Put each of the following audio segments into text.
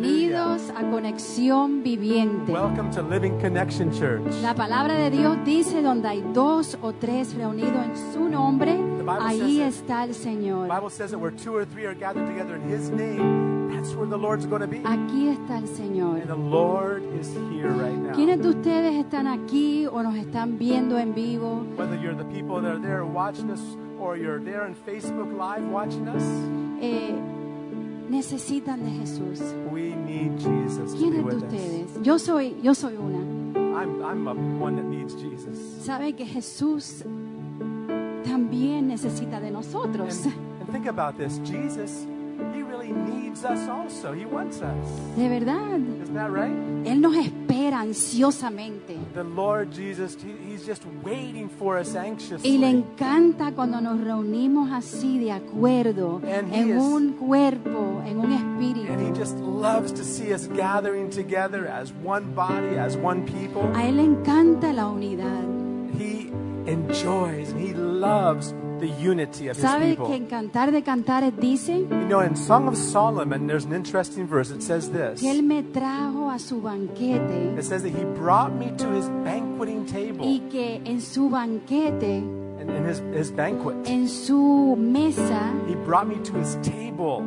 Bienvenidos a Conexión Viviente. Welcome to Living Connection Church. La palabra de Dios dice, donde hay dos o tres reunidos en su nombre, Bible ahí says it. está el The Señor. Bible says that where two or three are gathered together in His name, that's where the Lord's going to be. Aquí está el And the Señor. Lord is here right now. ¿Quiénes de ustedes están aquí o nos están viendo en vivo? Whether you're the people that are there watching us or you're there on Facebook Live watching us, Eh, necesitan de Jesús. we need Jesus to be ¿Quiénes de with us. ustedes? Yo soy, yo soy una. I'm, I'm a, one that needs Jesus. Sabe que Jesús también necesita de And, nosotros. and think about this Jesus, He really needs us also. He wants us. De verdad. Isn't that right? Él nos espera ansiosamente. The Lord Jesus, he, He's just waiting for us anxiously. Y le encanta cuando nos reunimos así de acuerdo, And he en is- un cuerpo, en un And he espíritu. just loves to see us gathering together as one body, as one people. A él le encanta la unidad. He enjoys and he loves the unity of his ¿Sabe que people. en Cantar de Cantares dice You know, in Song of Solomon, there's an interesting verse. It says this que él me trajo a su banquete It says that he brought me to his banqueting y table que en su banquete, and, and his, his banquet. en su mesa He brought me to his table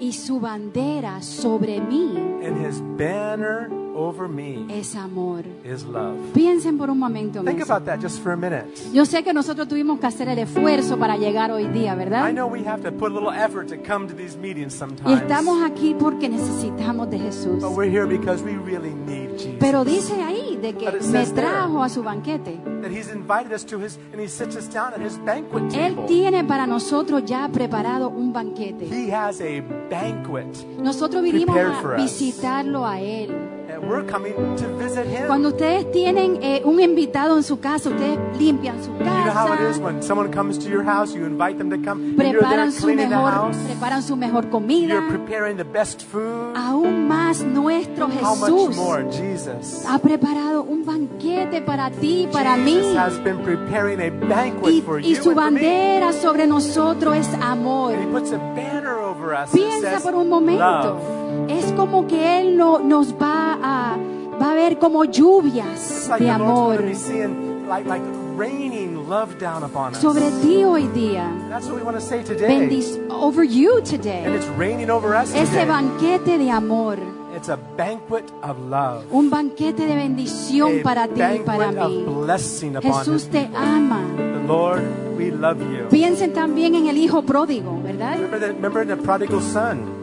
y su bandera sobre mí and his banner over me es amor. is love. Piensen por un momento en Think eso. about that just for a minute. Yo sé que nosotros tuvimos que hacer el esfuerzo para llegar hoy día, I ¿verdad? know we have to put a little effort to come to these meetings Y sometimes. estamos aquí porque necesitamos de Jesús. But we're here because we really need Jesus. Pero dice ahí de que But it me says there. trajo a su banquete. that He's invited us to His, and He sits us down at His banquet Él table. tiene para nosotros ya preparado un banquete. He has a banquet, Nosotros vinimos prepared a for us. visitarlo a Él. and we're coming to visit Him. Cuando ustedes tienen eh, un invitado en su casa, ustedes limpian su you know how it is casa, when someone comes to your house, you invite them to come, and you're there preparan su cleaning the mejor, house, preparan su mejor you're comida. preparing the best food. Aún más nuestro how much Jesús more Jesus? ha preparado un banquete para ti, para mí. Jesus has been preparing a banquet Y, for y you su and for me. bandera sobre nosotros es amor. And He puts a banner over us. that Piensa says, por un momento. Love. Es como que Él no, nos va a, va a ver como lluvias It's like de the Lord's amor going to be seeing, like, like raining love down upon us. sobre ti hoy día. That's what we want to say today. Bendice over you And today. it's raining over us Ese today. banquete de amor, It's a banquet of love. un banquete de bendición a para ti y banquet para of mí. blessing upon Jesús His te people. ama. The Lord, we love you. Piensen también en el hijo pródigo, ¿verdad? Remember the, remember the prodigal son.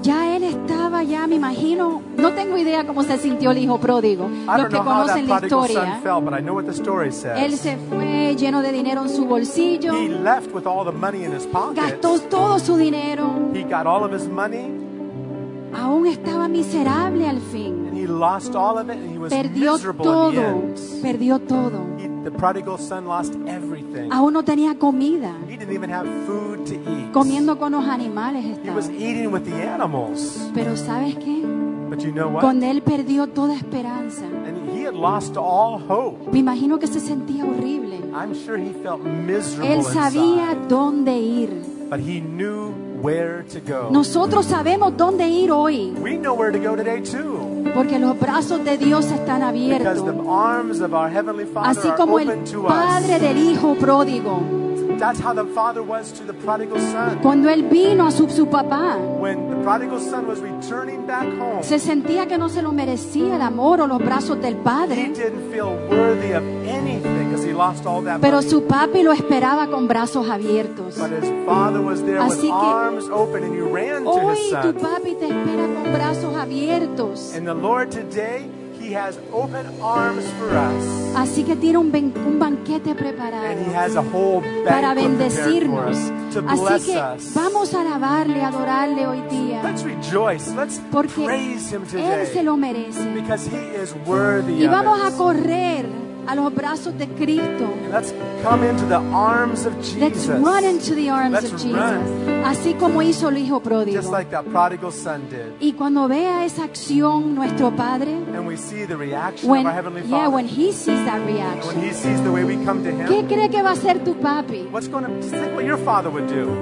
Ya él estaba, ya me imagino, no tengo idea cómo se sintió el hijo pródigo. Los I don't que know how that conocen la prodigal historia. son felt, but I know what the story says. Él se fue lleno de dinero en su bolsillo, He left with all the money in his pocket. gastó todo su dinero, He got all of his money aún estaba miserable al fin. and he lost all of it and he was Perdió miserable todo, in the end. perdió todo. He, the prodigal son lost everything. Aún no tenía comida, He didn't even have food to eat. comiendo con los animales He estaba. was eating with the animals. Pero ¿sabes qué? But you know what? Con él perdió toda esperanza. And he had lost all hope. Me imagino que se sentía horrible. I'm sure he felt miserable Él sabía inside. dónde ir. But he knew where to go. Nosotros sabemos dónde ir hoy, We know where to go today too. porque los brazos de Dios están Because the abiertos. arms of our Heavenly Father Así are como el open to padre us. del hijo pródigo, That's how the Father was to the prodigal son. cuando él vino a su, su papá, When the prodigal son was returning back home, se sentía que no se lo merecía el amor o los brazos del he padre, didn't feel worthy of anything because he lost all that pero money. su papi lo esperaba con brazos abiertos. But his father was there with Así que- arms open and he ran to Hoy his tu son. papi te espera con brazos abiertos, And the Lord today, he has open arms for us. así que tiene un, ben- un banquete And he preparado has a whole para banquet prepared for bendecirnos. us, to bless Así que us. vamos a alabarle, a adorarle hoy día, Let's rejoice. Let's porque praise him él se today. lo merece. Because he is worthy Y of vamos a it. correr a los brazos de Cristo. Let's come into the arms of Let's Jesus. run into the arms of Let's Jesus. run. Así como hizo el hijo Just pródigo. like that prodigal son did. Y cuando vea esa acción nuestro Padre, And we see the reaction when, of our Heavenly Father. yeah, when he sees that And reaction, when he sees the way we come to him, ¿qué cree que va a hacer tu papi? what's going to, just think what your father would do.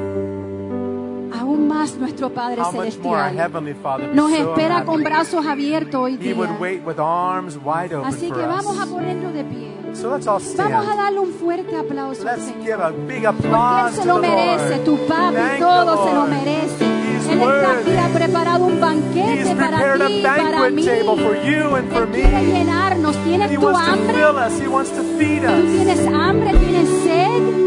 A aún más nuestro Padre how much more our Celestial Heavenly Father would be nos so espera happy. con brazos abiertos hoy He would día. wait with arms wide open Así for que vamos a us. ponernos de pie. So let's all Vamos a stand. darle un fuerte aplauso al Let's Señor. give a big Porque Él applause to se the lo Lord. merece, tu papi, Thank the todo se lo Lord. merece. He's Él está aquí, worthy. ha preparado un He's banquete para prepared ti, a y para banquet mí. table for you and for Él quiere me. llenarnos. ¿Tienes He tu wants to hambre? fill us. He wants to feed ¿Tú us. tienes hambre? ¿Tienes sed?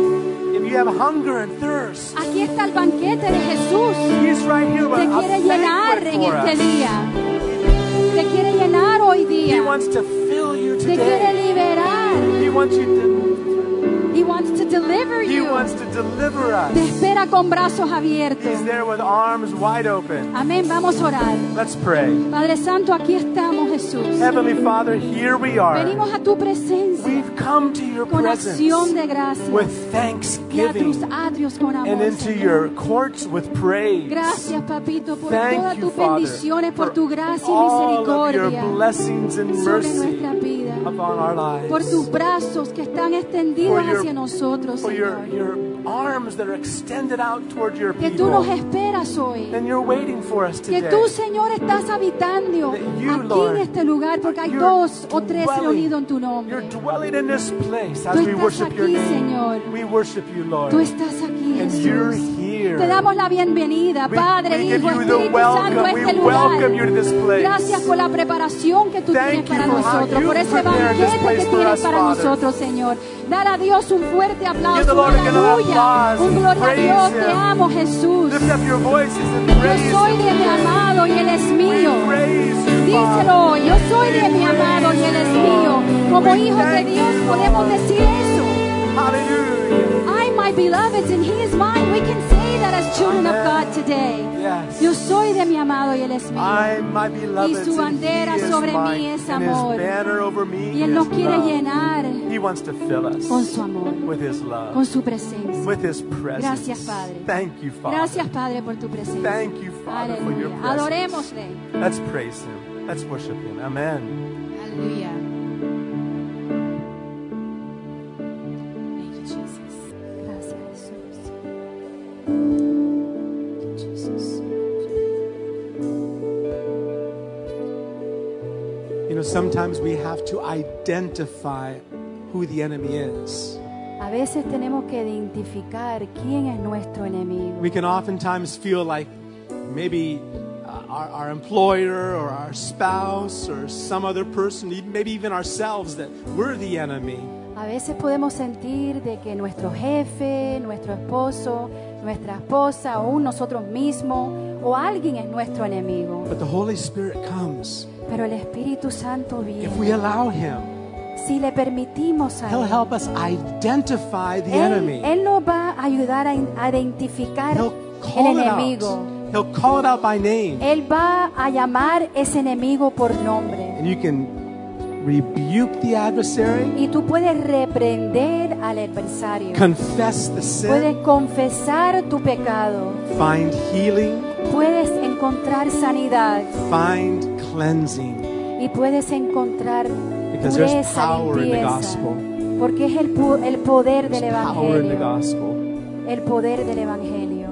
If you have hunger and thirst, Aquí está el banquete de Jesús. He's right here with Te a quiere llenar banquet en for este us. día. Te quiere llenar hoy He día. wants to fill you Te quiere today. liberar. He wants you to. He wants to deliver He you. wants to deliver Te us. espera con brazos abiertos. He's there with arms wide open. Amén. Vamos a orar. Let's pray. Padre Santo, aquí estamos, Jesús. Heavenly Father, here we are. Venimos a tu presencia We've come to your con acción presence de gracias y with a tus thanksgiving atrios con and amor. into Señor. your courts with praise. Gracias, papito, por Thank todas you, tus Father, bendiciones, por for tu gracia y all of your misericordia blessings and sobre nuestra mercy vida, upon our por tus lives. brazos que están For extendidos your- hacia nosotros, For your, Señor. your arms that are extended out toward your Que tú nos people. esperas hoy. And you're waiting for us Que today. tú, Señor, estás habitando That you, aquí Lord, en este lugar, porque hay You're dos o tres dwelling- reunidos en tu You're nombre. dwelling in this place Tú as we estás worship your aquí, name. Señor. We worship you, Lord. Tú estás aquí, And you're Jesús. here. Te damos la bienvenida, We- Padre, we Hijo, give you the Espíritu Santo, a welcome. este We welcome you to this lugar. place. Gracias por la preparación que tú Thank tienes you para for how nosotros, you por ese prepared this banquete place que for tienes us, para Father. nosotros, Señor. Dar a Dios un fuerte Give the aplauso, Lord un a good aleluya, applause. un gloria a Praise Dios, te Him. amo, Jesús. Lift up your voices and Yo praise soy de mi Him. amado y Él es mío. We praise you, Father. Díselo hoy, yo soy de mi amado y Él es mío. Como We hijos de thank Dios you, podemos Lord. decir eso. Hallelujah. I'm my beloved and he is mine. We can say that as children of God today. Yes. Yo soy de mi amado y él es mío. I'm my beloved. Y su bandera and he is sobre mí mine, es and his amor. banner over me Y él nos is quiere love. llenar He wants to fill us con su amor, with his love, con su presencia. with his presence. Gracias, Padre. Thank you, Father. Gracias, Padre, por tu presencia. Thank you, Father, for your Aleluya. presence. Adorémosle. Let's praise him. Let's worship him. Amen. Hallelujah. Thank you, Jesus. Gracias, Jesús. Thank you, Jesus. You know, sometimes we have to identify who the enemy is. A veces tenemos que identificar quién es nuestro enemigo. We can oftentimes feel like maybe uh, our, our employer or our spouse or some other person, even- maybe even ourselves, that we're the enemy. A veces podemos sentir de que nuestro jefe, nuestro esposo, nuestra esposa, o nosotros mismos, o alguien es nuestro enemigo. But the Holy Spirit comes Pero el Espíritu Santo if we viene. allow Him. Si le permitimos a He'll Él, help us identify the Él, enemy. Él nos va a ayudar a, in- a identificar He'll el call it enemigo. out. He'll call it out by name. Él va a llamar ese enemigo por nombre. And you can rebuke the adversary, Y tú puedes reprender al adversario. confess the sin, Puedes confesar tu pecado. find healing. Puedes encontrar sanidad. find cleansing. y puedes encontrar Because there's pureza, power in the limpieza, gospel. porque es el, pu- el poder del There's power in the evangelio, gospel. el poder del evangelio.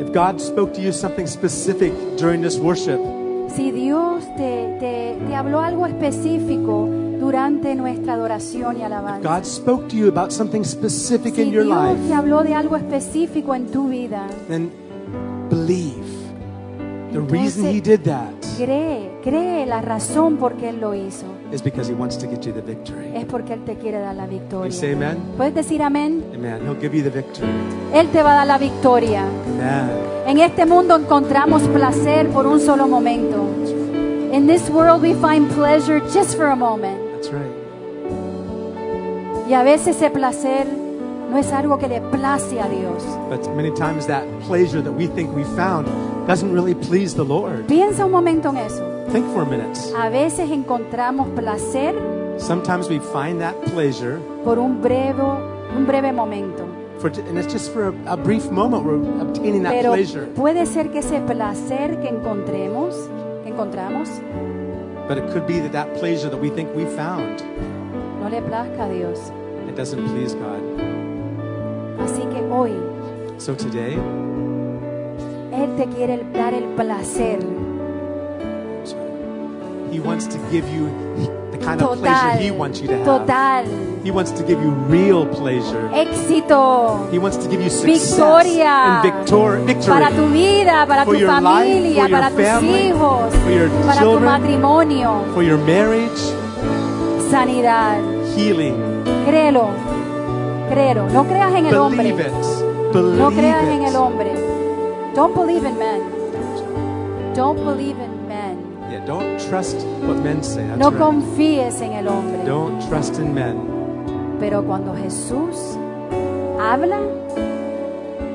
If God spoke to you something specific during this worship, Si Dios te, te, te habló algo específico durante nuestra adoración y if alabanza, God spoke to you about something specific si in your Dios te life, habló de algo específico en tu vida, then believe. The Entonces- reason He did that cree, cree la razón por qué Él lo hizo, is because He wants to get you the victory. es porque Él te quiere dar la You say victoria. amen? Puedes decir amén, Amen. He'll give you the victory. Él te va a dar la victoria. Amen. En este mundo encontramos placer por un solo momento. In this world we find pleasure just for a moment. That's right. Y a veces ese placer no es algo que le place a Dios. But many times that pleasure that we think we found doesn't really please the Lord. Piensa un momento en eso. Think for a minute. A veces encontramos placer Sometimes we find that pleasure por un breve, un breve momento. for and it's just for a, a brief moment we're obtaining that Pero pleasure puede ser que ese placer que encontremos, que encontramos, but it could be that that pleasure that we think we found no le plazca a Dios. it doesn't please god Así que hoy, so today Él te quiere el- dar el placer He wants to give you the kind of pleasure total, He wants you to have. total, He wants to give you real pleasure. éxito He wants to give you success Victoria. and victor- victory. para tu vida, para tu For your life, familia, for your para tus family, hijos, for your para tu children. matrimonio, For your marriage, sanidad. healing. Créelo, créelo. No creas en el hombre. Believe it. Believe No creas en el it. hombre. Don't believe in men. Don't believe in men. Yeah, don't trust what men say. That's No right. confíes en el hombre. Don't trust in men. Pero cuando Jesús habla,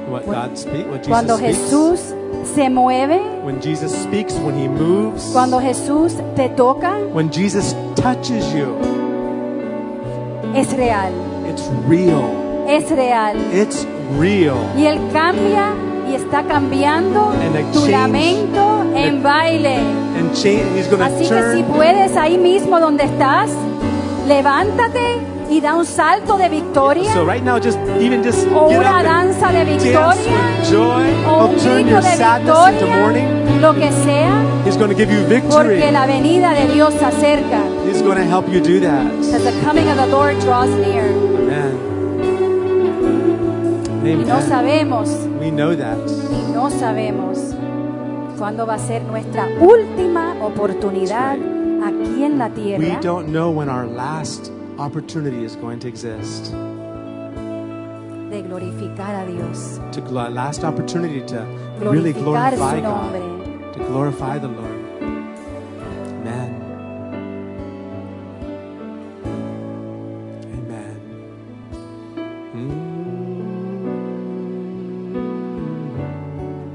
What When- God speaks, what Jesus cuando speaks. Jesús se mueve, When Jesus speaks, when He moves, cuando Jesús te toca, when Jesus touches you, es real. it's real. Es real. It's real. Y Él cambia y está cambiando And a tu change- lamento en the- baile. And change, He's going Así to que si turn. puedes ahí mismo donde estás, levántate y da un salto de victoria. So right now, just even just o get una up and danza de dance with victoria joy. o un He'll turn grito your de sadness into mourning. victoria, lo que sea, He's going to give you victory. porque la venida de Dios se acerca. He's going to help you do That that. the coming of the Lord draws near. Amen. Y no Amen. sabemos, We know that. y no sabemos cuándo va a ser nuestra última oportunidad aquí en la We tierra. don't know when our last opportunity is going to exist. de glorificar a Dios, To gl- last opportunity to really glorificar glorify su God, nombre. to glorify the Lord. Amen. Amen.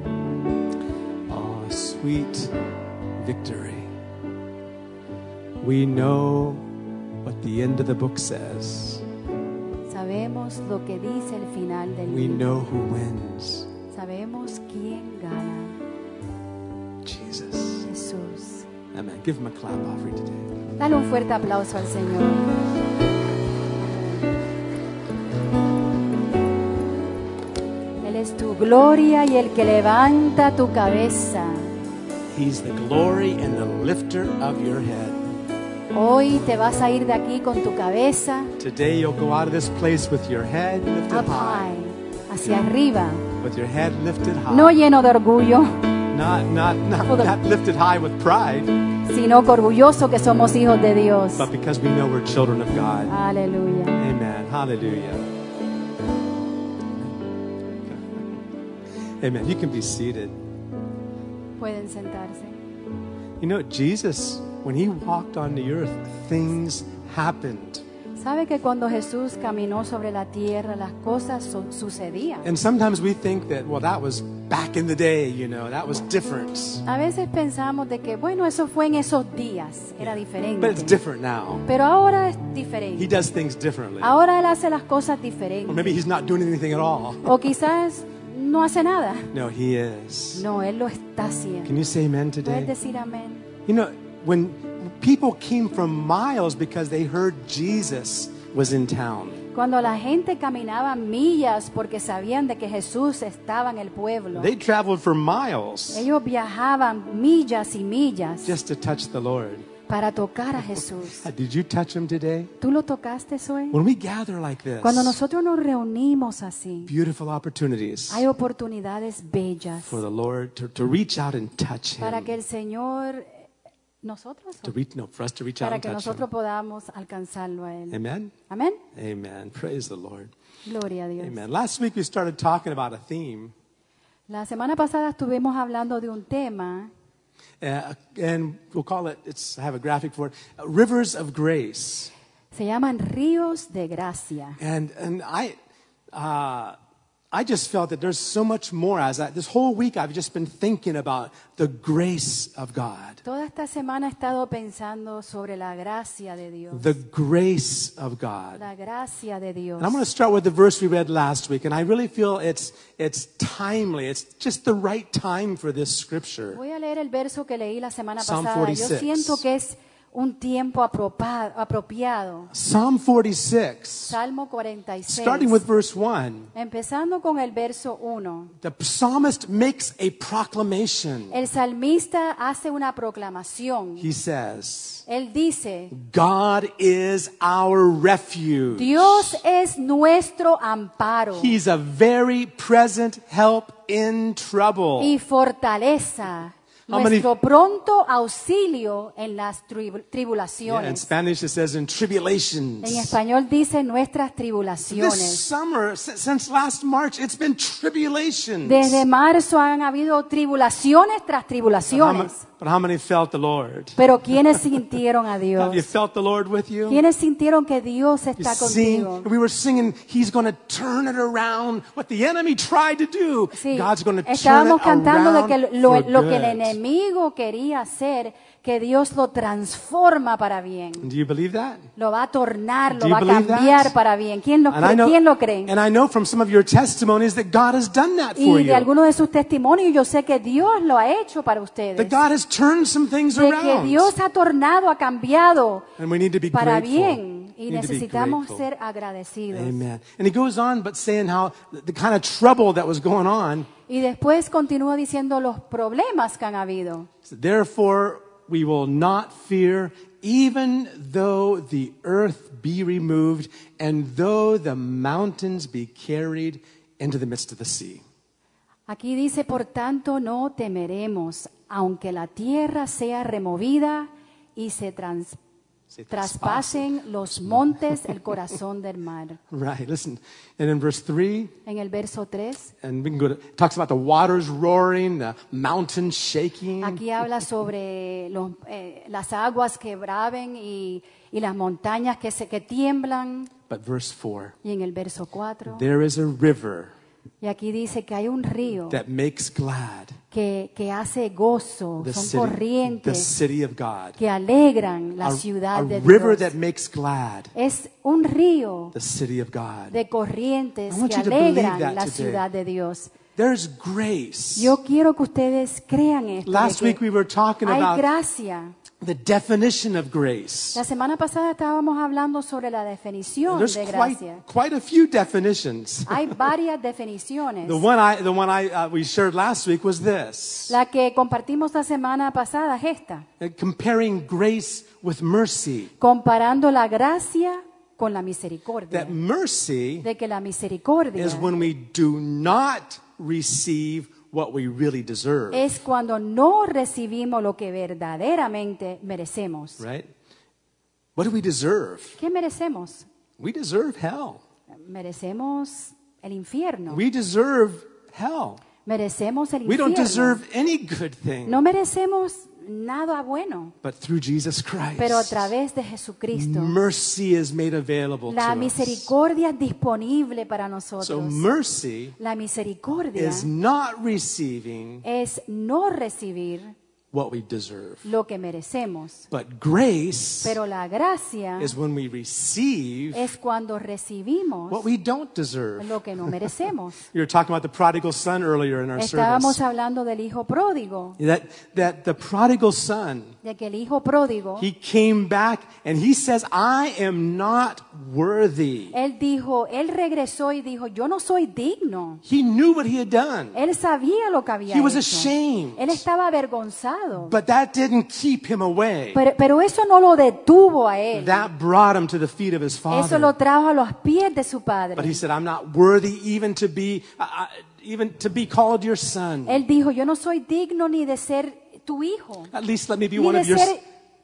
Mm. Oh, sweet victory. We know what the end of the book says. Sabemos lo que dice el final del We libro. know who wins Sabemos quién gana. Jesus. Jesús. Amen. Give him a clap offering today. Dale un fuerte aplauso al Señor. Él es tu gloria y el que levanta tu cabeza. He's the glory and the lifter of your head. Hoy te vas a ir de aquí con tu cabeza Today you'll go out of this place with your head lifted up high. high, hacia arriba, With your head lifted high. no lleno de orgullo, not not not, Hold on. not lifted high with pride, sino que orgulloso que somos hijos de Dios. but because we know we're children of God. Aleluya. Amen. Hallelujah. Amen. You can be seated. Pueden sentarse. You know, Jesus, when he walked on the earth, things happened. ¿Sabe que cuando Jesús caminó sobre la tierra las cosas su- sucedían? And sometimes we think that, well, that was back in the day, you know, that was different. A veces pensamos de que, bueno, eso fue en esos días, era But it's diferente. different now. Pero ahora es He diferente. does things differently. Ahora Él hace las cosas Or diferentes. maybe he's not doing anything at all. O quizás no hace nada. No, he is. No, Él lo está haciendo. Can you say amen Puedes today? decir amén. You know, when people came from miles because they heard Jesus was in town, Cuando la gente caminaba millas porque sabían de que Jesús estaba en el pueblo, they traveled for miles ellos viajaban millas y millas just to touch the Lord. para tocar a Jesús. Uh, Did you touch him today? ¿Tú lo tocaste hoy? When we gather like this, Cuando nosotros nos reunimos así, beautiful opportunities hay oportunidades bellas for the Lord to, to reach out and touch para him. que el Señor, nosotros, To reach, no, for us to reach out para and que touch nosotros him. podamos alcanzarlo a Él. Amen? Amén. Amen. Praise the Lord. Gloria a Dios. Amen. Last week we started talking about a theme, La semana pasada estuvimos hablando de un tema uh, and we'll call it, it's, I have a graphic for it, uh, Rivers of Grace. se llaman ríos de gracia. And, and I, uh, I just felt that there's so much more as I, this whole week I've just been thinking about the grace of God. Toda esta semana he estado pensando sobre la gracia de Dios, The grace of God. la gracia de Dios. And I'm going to start with the verse we read last week, and I really feel it's, it's timely. It's just the right time for this scripture. Voy a leer el verso que leí la semana Psalm pasada. Yo 46. siento que es un tiempo apropa- apropiado. Psalm 46, Salmo 46. starting with verse 1, Empezando con el verso 1. the psalmist makes a proclamation. El salmista hace una proclamación. He says, Él dice, God is our refuge. Dios es nuestro amparo He's a very present help in trouble. y fortaleza, How many- nuestro pronto auxilio en las trib- Yeah, in tribulaciones. Spanish, it says in En tribulations. español dice nuestras This tribulaciones. summer, si- since last March, it's been tribulations. Desde marzo han habido tribulaciones tras But how, ma- tribulaciones. but how many felt the Lord? Pero ¿quiénes sintieron a Have you Dios? felt the Lord with you? ¿Quiénes sintieron que Dios You está contigo? sing, we were singing, He's going to turn it around. What the enemy tried to do, Sí, God's going to turn estábamos it cantando de around que lo, for lo que el good. enemigo quería hacer, que Dios lo transforma para bien. Do you believe that? Lo va a tornar, Do lo you va a believe cambiar that? para bien. ¿Quién lo, And I cree? know, ¿Quién lo cree? and I know from some of your testimonies that God has done that for Y de you. alguno de sus testimonios yo sé que Dios lo ha hecho para ustedes. That God has turned some things De que around. Dios ha tornado, ha cambiado And we need to be para grateful. bien. We Y need to be necesitamos grateful. ser agradecidos. Amen. And he goes on, but saying how the, the kind of trouble that was going on. Y después continúa diciendo los problemas que han habido. Therefore, we will not fear, even though the earth be removed, and though the mountains be carried into the midst of the sea. Aquí dice, por tanto, no temeremos, aunque la tierra sea removida y se, trans- Se traspasen los montes, el corazón del mar. Right. Listen. And in verse three, En el verso 3, and we can go to it talks about the waters roaring, the mountains shaking. aquí habla sobre los- eh, las aguas que braven y, y las montañas que, se, que tiemblan. But verse four, Y en el verso 4, there is a river y aquí dice que hay un río that makes glad que, que hace gozo, the son city, the corrientes city of God. que alegran A, la ciudad a de river Dios. that makes glad Es un río the city of God. de corrientes I want que you to believe alegran that la today. ciudad de Dios. There's grace. Yo quiero que ustedes crean esto. de Last que week we were talking hay about gracia. the definition of grace. La semana pasada estábamos hablando sobre la definición There's de quite, gracia. quite a few definitions. Hay varias definiciones. The one I, the one I, uh, we shared last week was this. La que compartimos la semana pasada es esta, uh, comparing grace with mercy. comparando la gracia con la misericordia. That mercy De que la misericordia is when we do not receive what we really deserve. es cuando no recibimos lo que verdaderamente merecemos. Right? What do we deserve? ¿Qué merecemos? We deserve hell. merecemos el infierno. We deserve hell. merecemos el We don't infierno. deserve any good thing. No merecemos nada bueno, But through Jesus Christ, pero a través de Jesucristo mercy is made available la to misericordia es disponible para us. So nosotros. mercy La misericordia is not receiving es no recibir what we deserve. lo que merecemos, But grace pero la gracia is when we receive es cuando recibimos what we don't deserve. lo que no merecemos. We were talking about the prodigal son earlier in our Estábamos service. hablando del hijo pródigo, That, that the prodigal son, de que el hijo pródigo he came back and he says, I am not worthy. Él dijo, él regresó y dijo, yo no soy digno. He knew what he had done, Él sabía lo que había He was hecho. ashamed. Él estaba avergonzado. but that didn't keep him away. pero, pero eso no lo detuvo a él. That brought him to the feet of his Eso lo father. trajo a los pies de su But he padre. said, I'm not worthy even to be, uh, even to be called your son. Él dijo, yo no soy digno ni de ser tu hijo, At least let me be ni one de of your, ser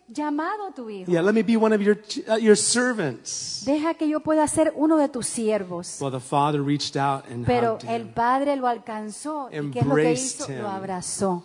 llamado tu hijo. yeah, let me be one of your, uh, your servants. Deja que yo pueda ser uno de tus siervos. Well, the father reached out and Pero hugged el him. padre lo alcanzó. ¿Y qué es lo que Embraced hizo? him. Lo abrazó.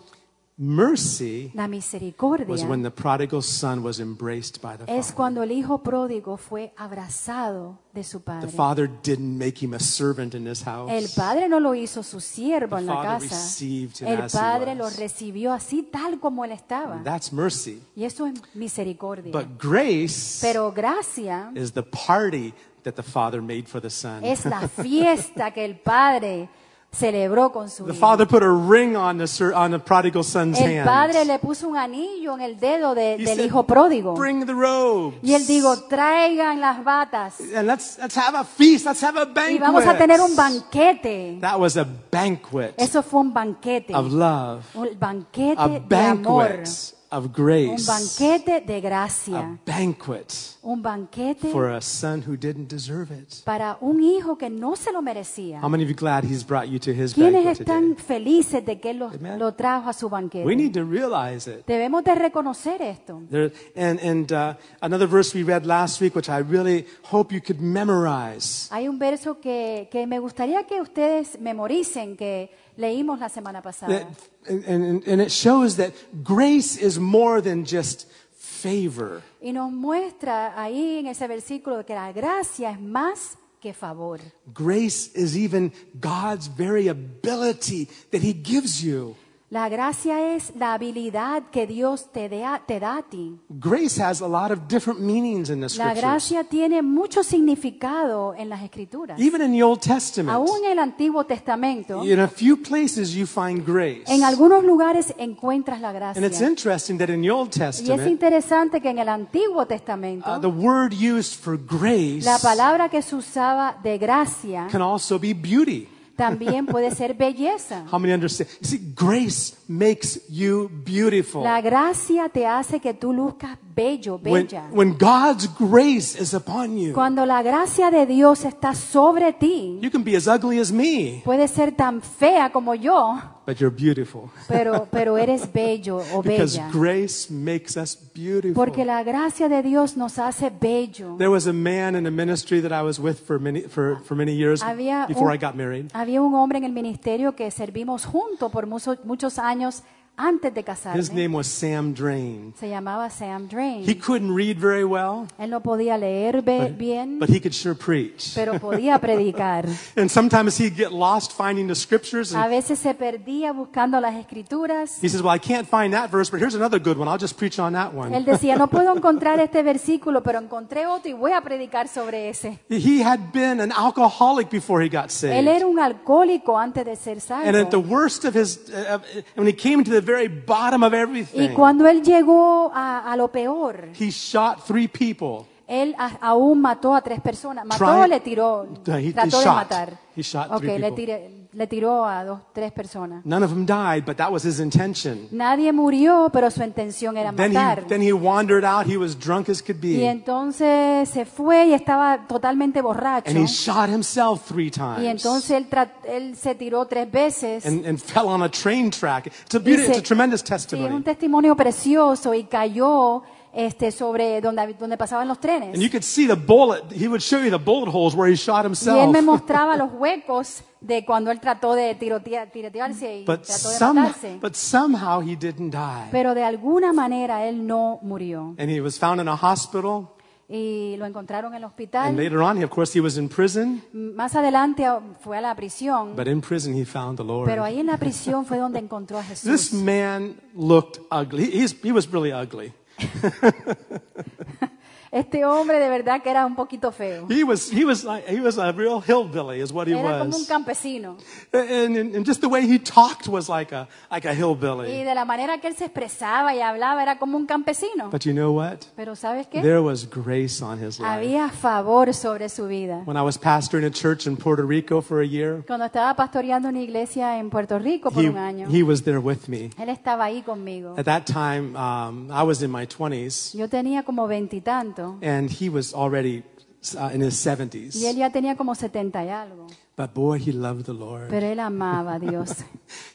Mercy La was misericordia when the prodigal son was embraced by the es father. cuando el hijo pródigo fue abrazado de su The padre. father didn't make him a servant in his El house. padre no lo hizo su siervo The en la father casa. received him El as he padre lo was. recibió así tal como él estaba. That's mercy. Y eso es misericordia. But grace Pero gracia is the party that the father made for the son. es la fiesta que el padre celebró con su The hijo. father put a ring on the, sur- on the prodigal son's El padre hand. le puso un anillo en el dedo de- He del said, hijo pródigo. Bring the robes. Y él dijo, traigan las batas And let's, let's have a feast. Let's have a y banquet. vamos a tener un banquete. That was a banquet Eso fue un banquete. of love, Un a banquete de amor. banquet of Un grace, banquete de a gracia. banquet Un banquete for a son who didn't deserve it. para un hijo que no se lo merecía. How many of you glad he's brought you to his ¿Quiénes banquet today? están felices de que él lo, Amen. lo trajo a su We banquete? need to realize it. Debemos de reconocer esto. There, and and uh, another verse we read last week, which I really hope you could memorize. Hay un verso que, que me gustaría que ustedes memoricen que leímos la semana pasada. That, and, and, and it shows that grace is more than just favor. Y nos muestra ahí en ese versículo que la gracia es más que favor. Grace is even God's very ability that he gives you. La gracia es la habilidad que Dios te, da- te da a ti. Grace has a lot of different meanings in the La scriptures, gracia tiene mucho significado en las Escrituras. even in the Old Testament. Aún en el Antiguo Testamento, In a few places, you find grace. en algunos lugares encuentras la And it's eh? gracia. interesting that in the Old Y es Testament, interesante que en el Antiguo uh, the Testamento, word used for grace la palabra que se usaba de gracia can also be beauty. también puede ser belleza. How many understand? You see, grace makes you beautiful. La gracia te hace que tú luzcas bello, When, bella. when God's grace is upon you, Cuando la gracia de Dios está sobre ti, you can be as ugly as me, puedes ser tan fea como yo, but you're beautiful. pero, pero eres bello o Because bella. grace makes us beautiful. Porque la gracia de Dios nos hace bello. There was a man in a ministry that I was with for many, for, for many years Había before un- I got married. Había un hombre en el ministerio que servimos juntos por mucho- muchos años antes de His casarme. name was Sam Drain. Se llamaba Sam He Drain. couldn't read very well, Él no podía leer be- bien, but he could sure preach. pero podía predicar. And sometimes he'd get lost finding the scriptures. A And veces se perdía buscando las escrituras. he says, Well, I can't find that verse, but here's another good one. I'll just preach on that one. Él decía, no puedo encontrar este versículo, pero encontré otro y voy a predicar sobre ese. He had been an alcoholic before he got Él saved. era un alcohólico antes de ser And at the salvo. worst of his, uh, uh, when he came to the very bottom of Y everything, cuando él llegó a, a lo peor, he shot three people. él a- aún mató a tres personas. ¿Mató Try- o le tiró? No, he- he Trató de shot. matar. He shot Ok, three le, people. tiré- le tiró a dos, tres personas. None of them died, but that was his intention. Nadie murió, pero su intención era Then he, matar. then he wandered out. He was drunk as could Y be. And entonces se fue y estaba totalmente borracho. he shot himself three Y times. entonces él, tra- él se tiró tres veces. And, and fell on a train track. It's a, beauty, Dice- it's a tremendous Sí, es un testimony. testimonio precioso y cayó este, sobre donde, donde pasaban los And you trenes. could see the bullet. He would show you the bullet holes where he shot Y él himself. me mostraba los huecos de cuando él trató de tirotear- tirotearse y But, trató de some, matarse. but somehow he didn't die. Pero de alguna manera él no murió. And he was found in a hospital. Y lo encontraron en el And hospital. later on, he- of course, he was in prison. Más adelante ah, fue a la prisión. But in prison, he found the Lord. Pero ahí en la prisión fue donde encontró a This Jesús. man looked ugly. He, he's, he was really ugly. Este hombre de verdad que era un poquito feo. He was, he was, like, he was a real hillbilly, is what he Era como un was. campesino. And, and, and just the way he talked was like a, like a Y hillbilly. de la manera que él se expresaba y hablaba era como un campesino. But you know what? Pero ¿sabes qué? There was grace on his life. Había favor sobre su vida. When I was pastoring a church in Puerto Rico for a year, Cuando estaba pastoreando una iglesia en Puerto Rico por he, un año, he was there with me. él estaba ahí conmigo. At that time, um, I was in my 20s, Yo tenía como veintitantos and he was already uh, in his y, él 70s. ya tenía como setenta y algo. But boy, he loved the Lord. Pero él amaba a Dios,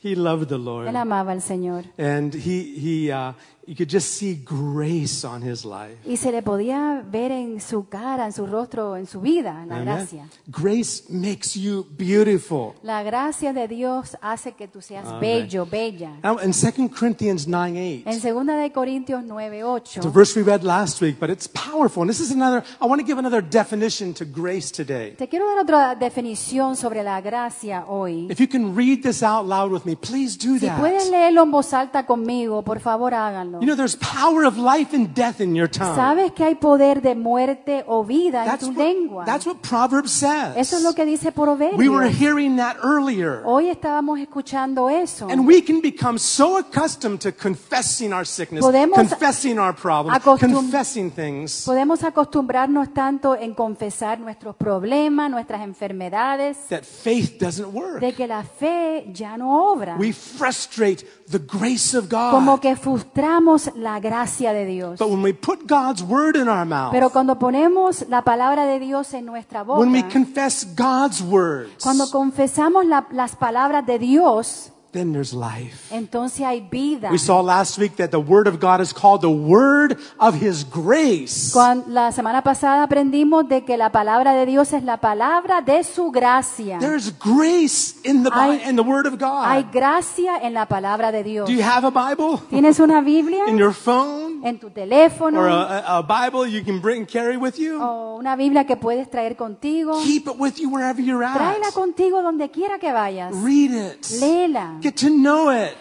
He loved the él Lord. amaba al Señor. And he, he uh, you could just see grace on his life. Y se le podía ver en su cara, en su rostro, en su vida, la Amen. gracia. Grace makes you beautiful. La gracia de Dios hace que tú seas Amén. bello, bella. Now, in 2 Corinthians 9 8, En 2 de Corintios 9, It's a 8, verse we read last week, but it's powerful. And this is another, I want to give another definition to grace today. te quiero dar otra definición reflexión sobre la gracia hoy. If you can read this out loud with me, please do Si puedes that. leerlo en voz alta conmigo, por favor háganlo. You know, there's power of life and death in your tongue. Sabes que hay poder de muerte o vida en That's tu what, lengua. that's what Proverbs Eso es lo says. que dice We were Proverbios. hearing that earlier. Hoy estábamos escuchando eso. And we can become so accustomed to confessing our sickness, Podemos confessing our problems, acostum- confessing things. Podemos acostumbrarnos tanto en confesar nuestros problemas, nuestras enfermedades, that faith doesn't work. de que la fe ya no obra. We frustrate the grace of Como God. que frustramos la gracia de Dios. But when we put God's word in our Pero mouth, cuando ponemos la palabra de Dios en nuestra boca, when we confess God's words, cuando confesamos la- las palabras de Dios, then there's life. entonces hay vida. We saw last week that the word of God is called the word of his grace. Cuan- la semana pasada aprendimos de que la palabra de Dios es la palabra de su gracia. There's grace in the Bi- Hay- in the word of Hay God. gracia en la palabra de Dios. Do you have a Bible ¿Tienes una Biblia? in your phone En tu or a, teléfono a- a Bible you can bring carry with you? o una Biblia que puedes traer contigo. Keep it with you wherever you're at. Tráela contigo donde quiera que vayas. Read it. Léela. Get to know it.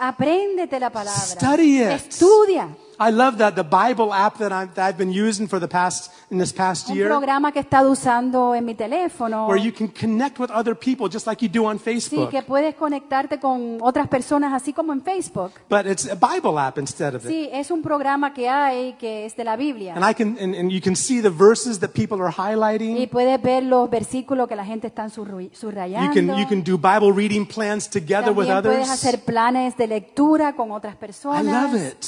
A- Apréndete la palabra. Study it. Estudia. I love that the Bible app that, I'm, that I've been using for the past in this past Un year, programa que he estado usando en mi teléfono. where you can connect with other people just like you do on Sí, Facebook, que puedes conectarte con otras personas así como en Facebook. but it's a Bible app instead of it. Sí, es un programa que hay que es de la Biblia. And I can and, and you can see the verses that people are Y highlighting. puedes ver los versículos que la gente está surru- You subrayando. can you can do Bible reading plans together with También puedes others. hacer planes de lectura con otras I personas. love it.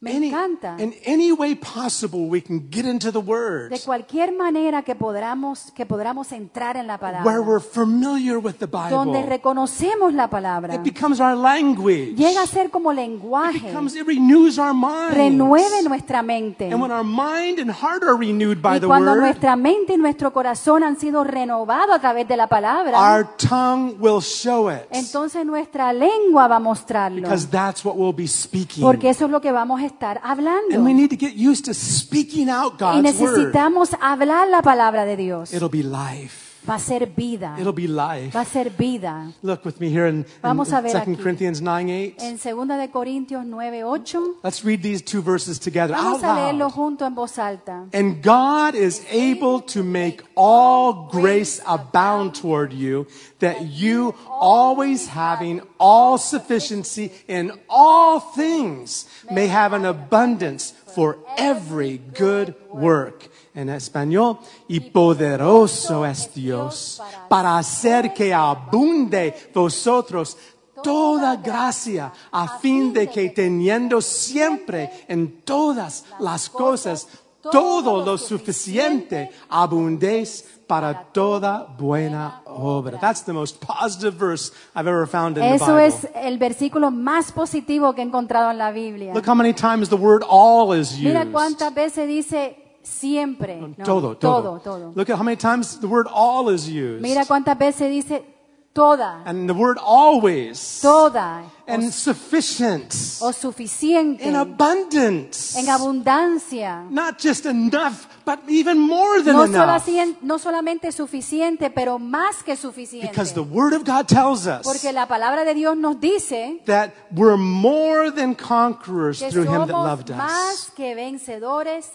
Me encanta. in any way possible, we can get into the Word De cualquier manera que podamos, que podamos entrar en la where palabra, we're familiar with the donde Bible. reconocemos la palabra, It becomes our language. llega a ser como It lenguaje, becomes it renews our mind. renueve nuestra mente. And when our mind and heart are renewed by Y the cuando word, nuestra mente y nuestro corazón han sido renovados a través de la our palabra, tongue will show it. entonces nuestra lengua va a mostrarlo, Because that's what we'll be speaking. porque eso es lo que vamos a estar and we hablando. need to get used to speaking out Y God's word. necesitamos hablar la palabra de Dios. It'll be life. Va a ser vida, It'll be life. va a ser vida. Look with me here in, in, Vamos a ver 2 aquí. Corinthians 9 8. En 2 de Corintios 9, 8. Let's read these two verses together Vamos a out leerlo loud. junto en voz alta. And God is able to make all grace abound toward you, that you, always having all sufficiency in all things, may have an abundance for every good work. En español, y poderoso es Dios para hacer que abunde vosotros toda gracia, a fin de que teniendo siempre en todas las cosas todo lo suficiente, abundéis para toda buena obra. That's the most positive verse I've ever found in the Eso Bible. es el versículo más positivo que he encontrado en la Biblia. Look how many times the word all is used. Mira cuántas veces dice siempre. No, todo, todo, todo. Look at how many times the word all is used. Mira cuántas veces dice toda, and the word always. toda and sufficient. o suficiente, in abundance. en abundancia. Not just enough, but even more than No, solo enough. así- no solamente suficiente, pero más que suficiente. Because the word of God tells us. Porque la palabra de Dios nos dice that we're more than conquerors que through him that somos loved más us. que vencedores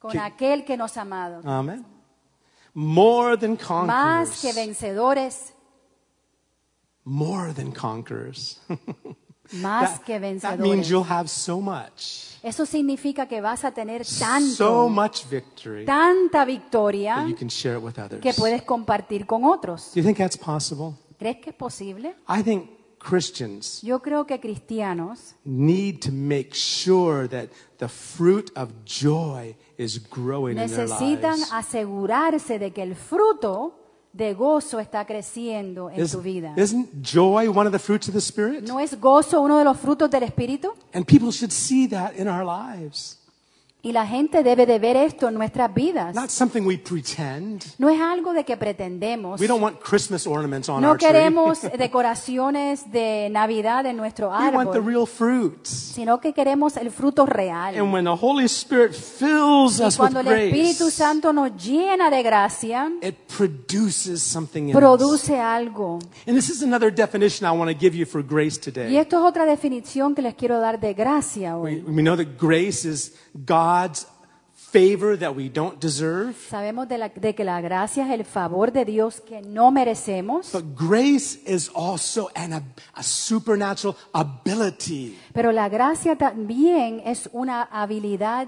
con Que- aquel que nos ha amado. Amen. More than Más que conquerors. vencedores, More than conquerors. más That, que that means vencedores. you'll have so much. Eso significa que vas a tener So tanto, much victory tanta victoria that you can share it with others. que Do puedes compartir con otros. you think that's possible? ¿Crees que es posible? I think Christians Yo creo que cristianos need to make sure that the fruit of joy is growing in their necesitan lives. asegurarse de que el fruto de gozo está creciendo en tu vida. Isn't, isn't joy one of the fruits of the Spirit? ¿No es gozo uno de los frutos del Espíritu? And people should see that in our lives. Y la gente debe de ver esto en nuestras vidas. Not something we pretend. No es algo de que pretendemos. We don't want Christmas ornaments on No our tree. queremos decoraciones de Navidad en nuestro we want the árbol, real fruits. sino que queremos el fruto real. And when the Holy Spirit fills Y us with cuando el Espíritu grace, Santo nos llena de gracia, it produces something in us. produce algo. And this is another definition I want to give you for grace Y today. esto es otra definición que les quiero dar de gracia hoy. We, we know that grace is God's favor that we don't deserve, Sabemos de, la- de que la gracia es el favor de Dios que no merecemos, but grace is also an, ab- a supernatural ability. pero la gracia también es una habilidad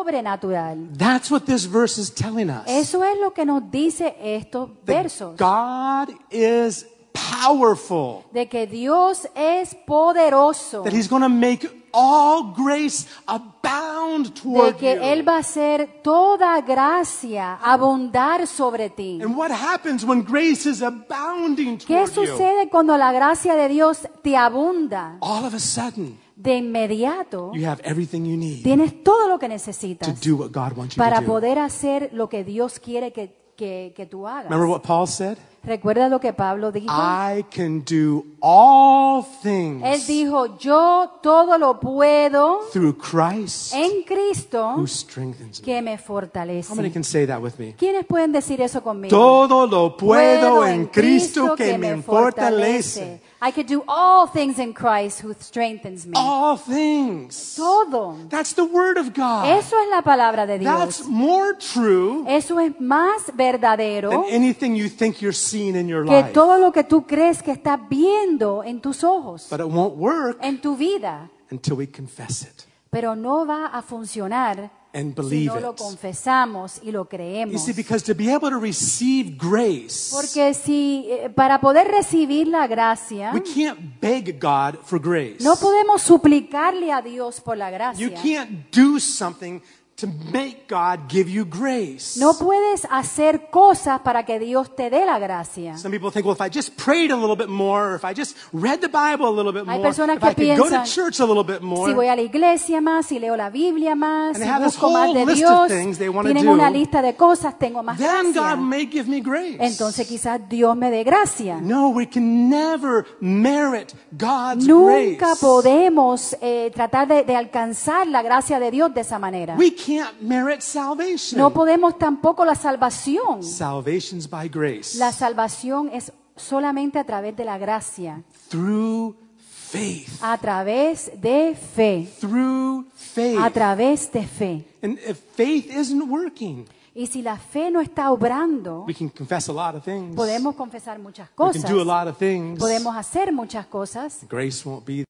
sobrenatural. That's what this verse is telling us. Eso es lo que nos dice estos That versos, God is powerful. de que Dios es poderoso, That He's going to make all grace abound de toward you. que Él va a hacer toda gracia abundar sobre ti. And what happens when grace is abounding ¿Qué toward you? sucede cuando la gracia de Dios te abunda? All of a sudden, De inmediato you have everything you need tienes todo lo que to necesitas. do what God wants you para to do. poder hacer lo que Dios quiere que, que, que tú hagas. Remember what Paul said? Recuerda lo que Pablo dijo. I can do all Él things dijo, yo todo lo puedo through Christ en Cristo who strengthens me. que me How many fortalece. can say that with me? ¿Quiénes pueden decir eso conmigo? Todo lo puedo en Cristo que me fortalece. I can do all things in Christ who strengthens me. All things. Todo. That's the word of God. Eso es la palabra de Ah. That's Dios. more true Eso es más than verdadero anything you think you're seeing in your que life. todo lo que tú crees que estás viendo en tus ojos, But it won't work en tu vida. until we confess it pero no va a funcionar and si believe no lo it. confesamos y lo You creemos. see, because to be able to receive grace, Porque si eh, para poder recibir la gracia, we can't beg God for grace. no podemos suplicarle a Dios por la You gracia. can't do something to make God give you grace. No puedes hacer cosas para que Dios te dé la gracia. Some people think, well, if I just prayed a little bit more, or if I just read the Bible a little bit Hay more, if personas I que could go to piensan, church a little bit more, Si voy a la iglesia más, si leo la Biblia más, And si they have this busco más whole de list of Dios, things they wanna tienen do. una lista de cosas, tengo más then God gracia. may give me grace. Entonces quizás Dios me dé gracia. No, we can never merit God's Nunca grace. podemos eh, tratar de, de alcanzar la gracia de Dios de esa manera. We can't merit salvation. No podemos tampoco la salvación. Salvation's by grace. La salvación es solamente a través de la gracia, Through faith. a través de fe, Through faith. a través de fe. And if faith isn't working, Y si la fe no está obrando, we can confess a lot of things. podemos confesar muchas we can cosas, do a lot of things. podemos hacer muchas cosas. Grace won't be there.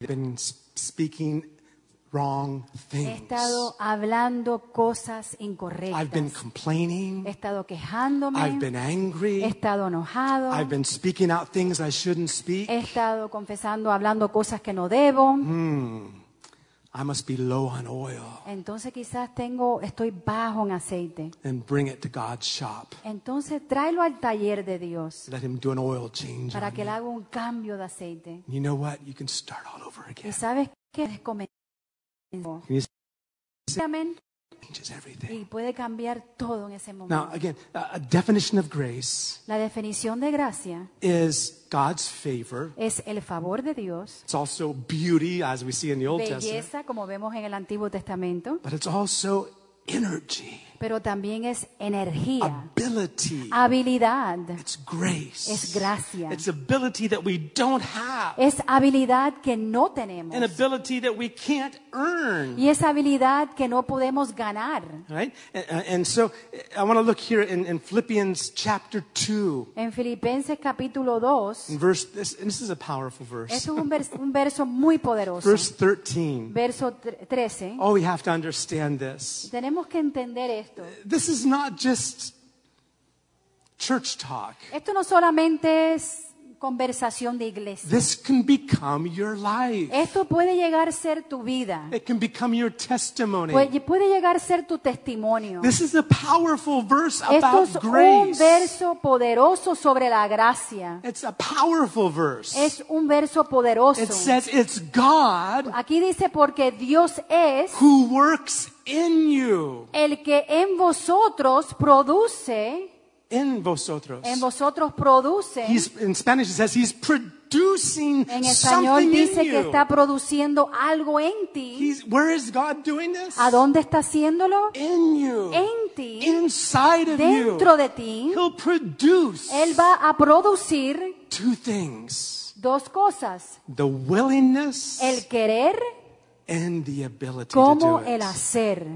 They've been s- speaking wrong He things. estado hablando cosas I've been incorrectas. complaining. He estado I've quejándome, been angry. he estado enojado. I've been speaking out things I shouldn't speak. He estado confesando, hablando cosas que no debo. Mm. I must be low on oil Entonces quizás tengo, estoy bajo en aceite. and bring it to God's shop. Entonces tráelo al taller de Dios Let Him do an oil change. para on que me. él haga un cambio de aceite. You know what? You can start all over Y again. sabes que es comenzar. Can you say Amén. changes everything? Y puede cambiar todo en ese Now, momento. again, a a definition of grace La definición de gracia is God's favor. es el favor de Dios, It's also beauty, as we see in the Old Testament, belleza como vemos en el Antiguo Testamento, but it's also energy, pero también es energía, ability. habilidad. It's grace. Es Ah. gracia. It's ability that we don't have, Es habilidad que no tenemos. an ability that we can't earn. Y esa habilidad que no podemos ganar. Right? And, and so I want to look here in, in Philippians chapter 2, En Filipenses capítulo in 2, verse, this, and this is a powerful verse, esto es un, vers- un verso muy poderoso. verse 13. verso tre- 13. Oh, we have to understand this. Tenemos que entender esto. This is not just church talk. Esto no solamente es conversación de iglesia. This can become your life. Esto puede llegar a ser tu vida. It can become your testimony. Puede, puede llegar a ser tu testimonio. This is a powerful verse Esto es about un grace. verso poderoso sobre la gracia. It's a powerful verse. Es un verso poderoso. It says it's God Aquí dice porque Dios es who works in you, el que en vosotros produce, in vosotros. en vosotros produce. He's in Spanish. It says he's producing En español something in dice que you. está produciendo algo en ti. He's, where is God doing this? ¿A dónde está haciéndolo? In you, En ti, inside of you. dentro de ti. He'll produce Él va a producir two things: dos cosas. the willingness El querer and the ability como to do it. el hacer.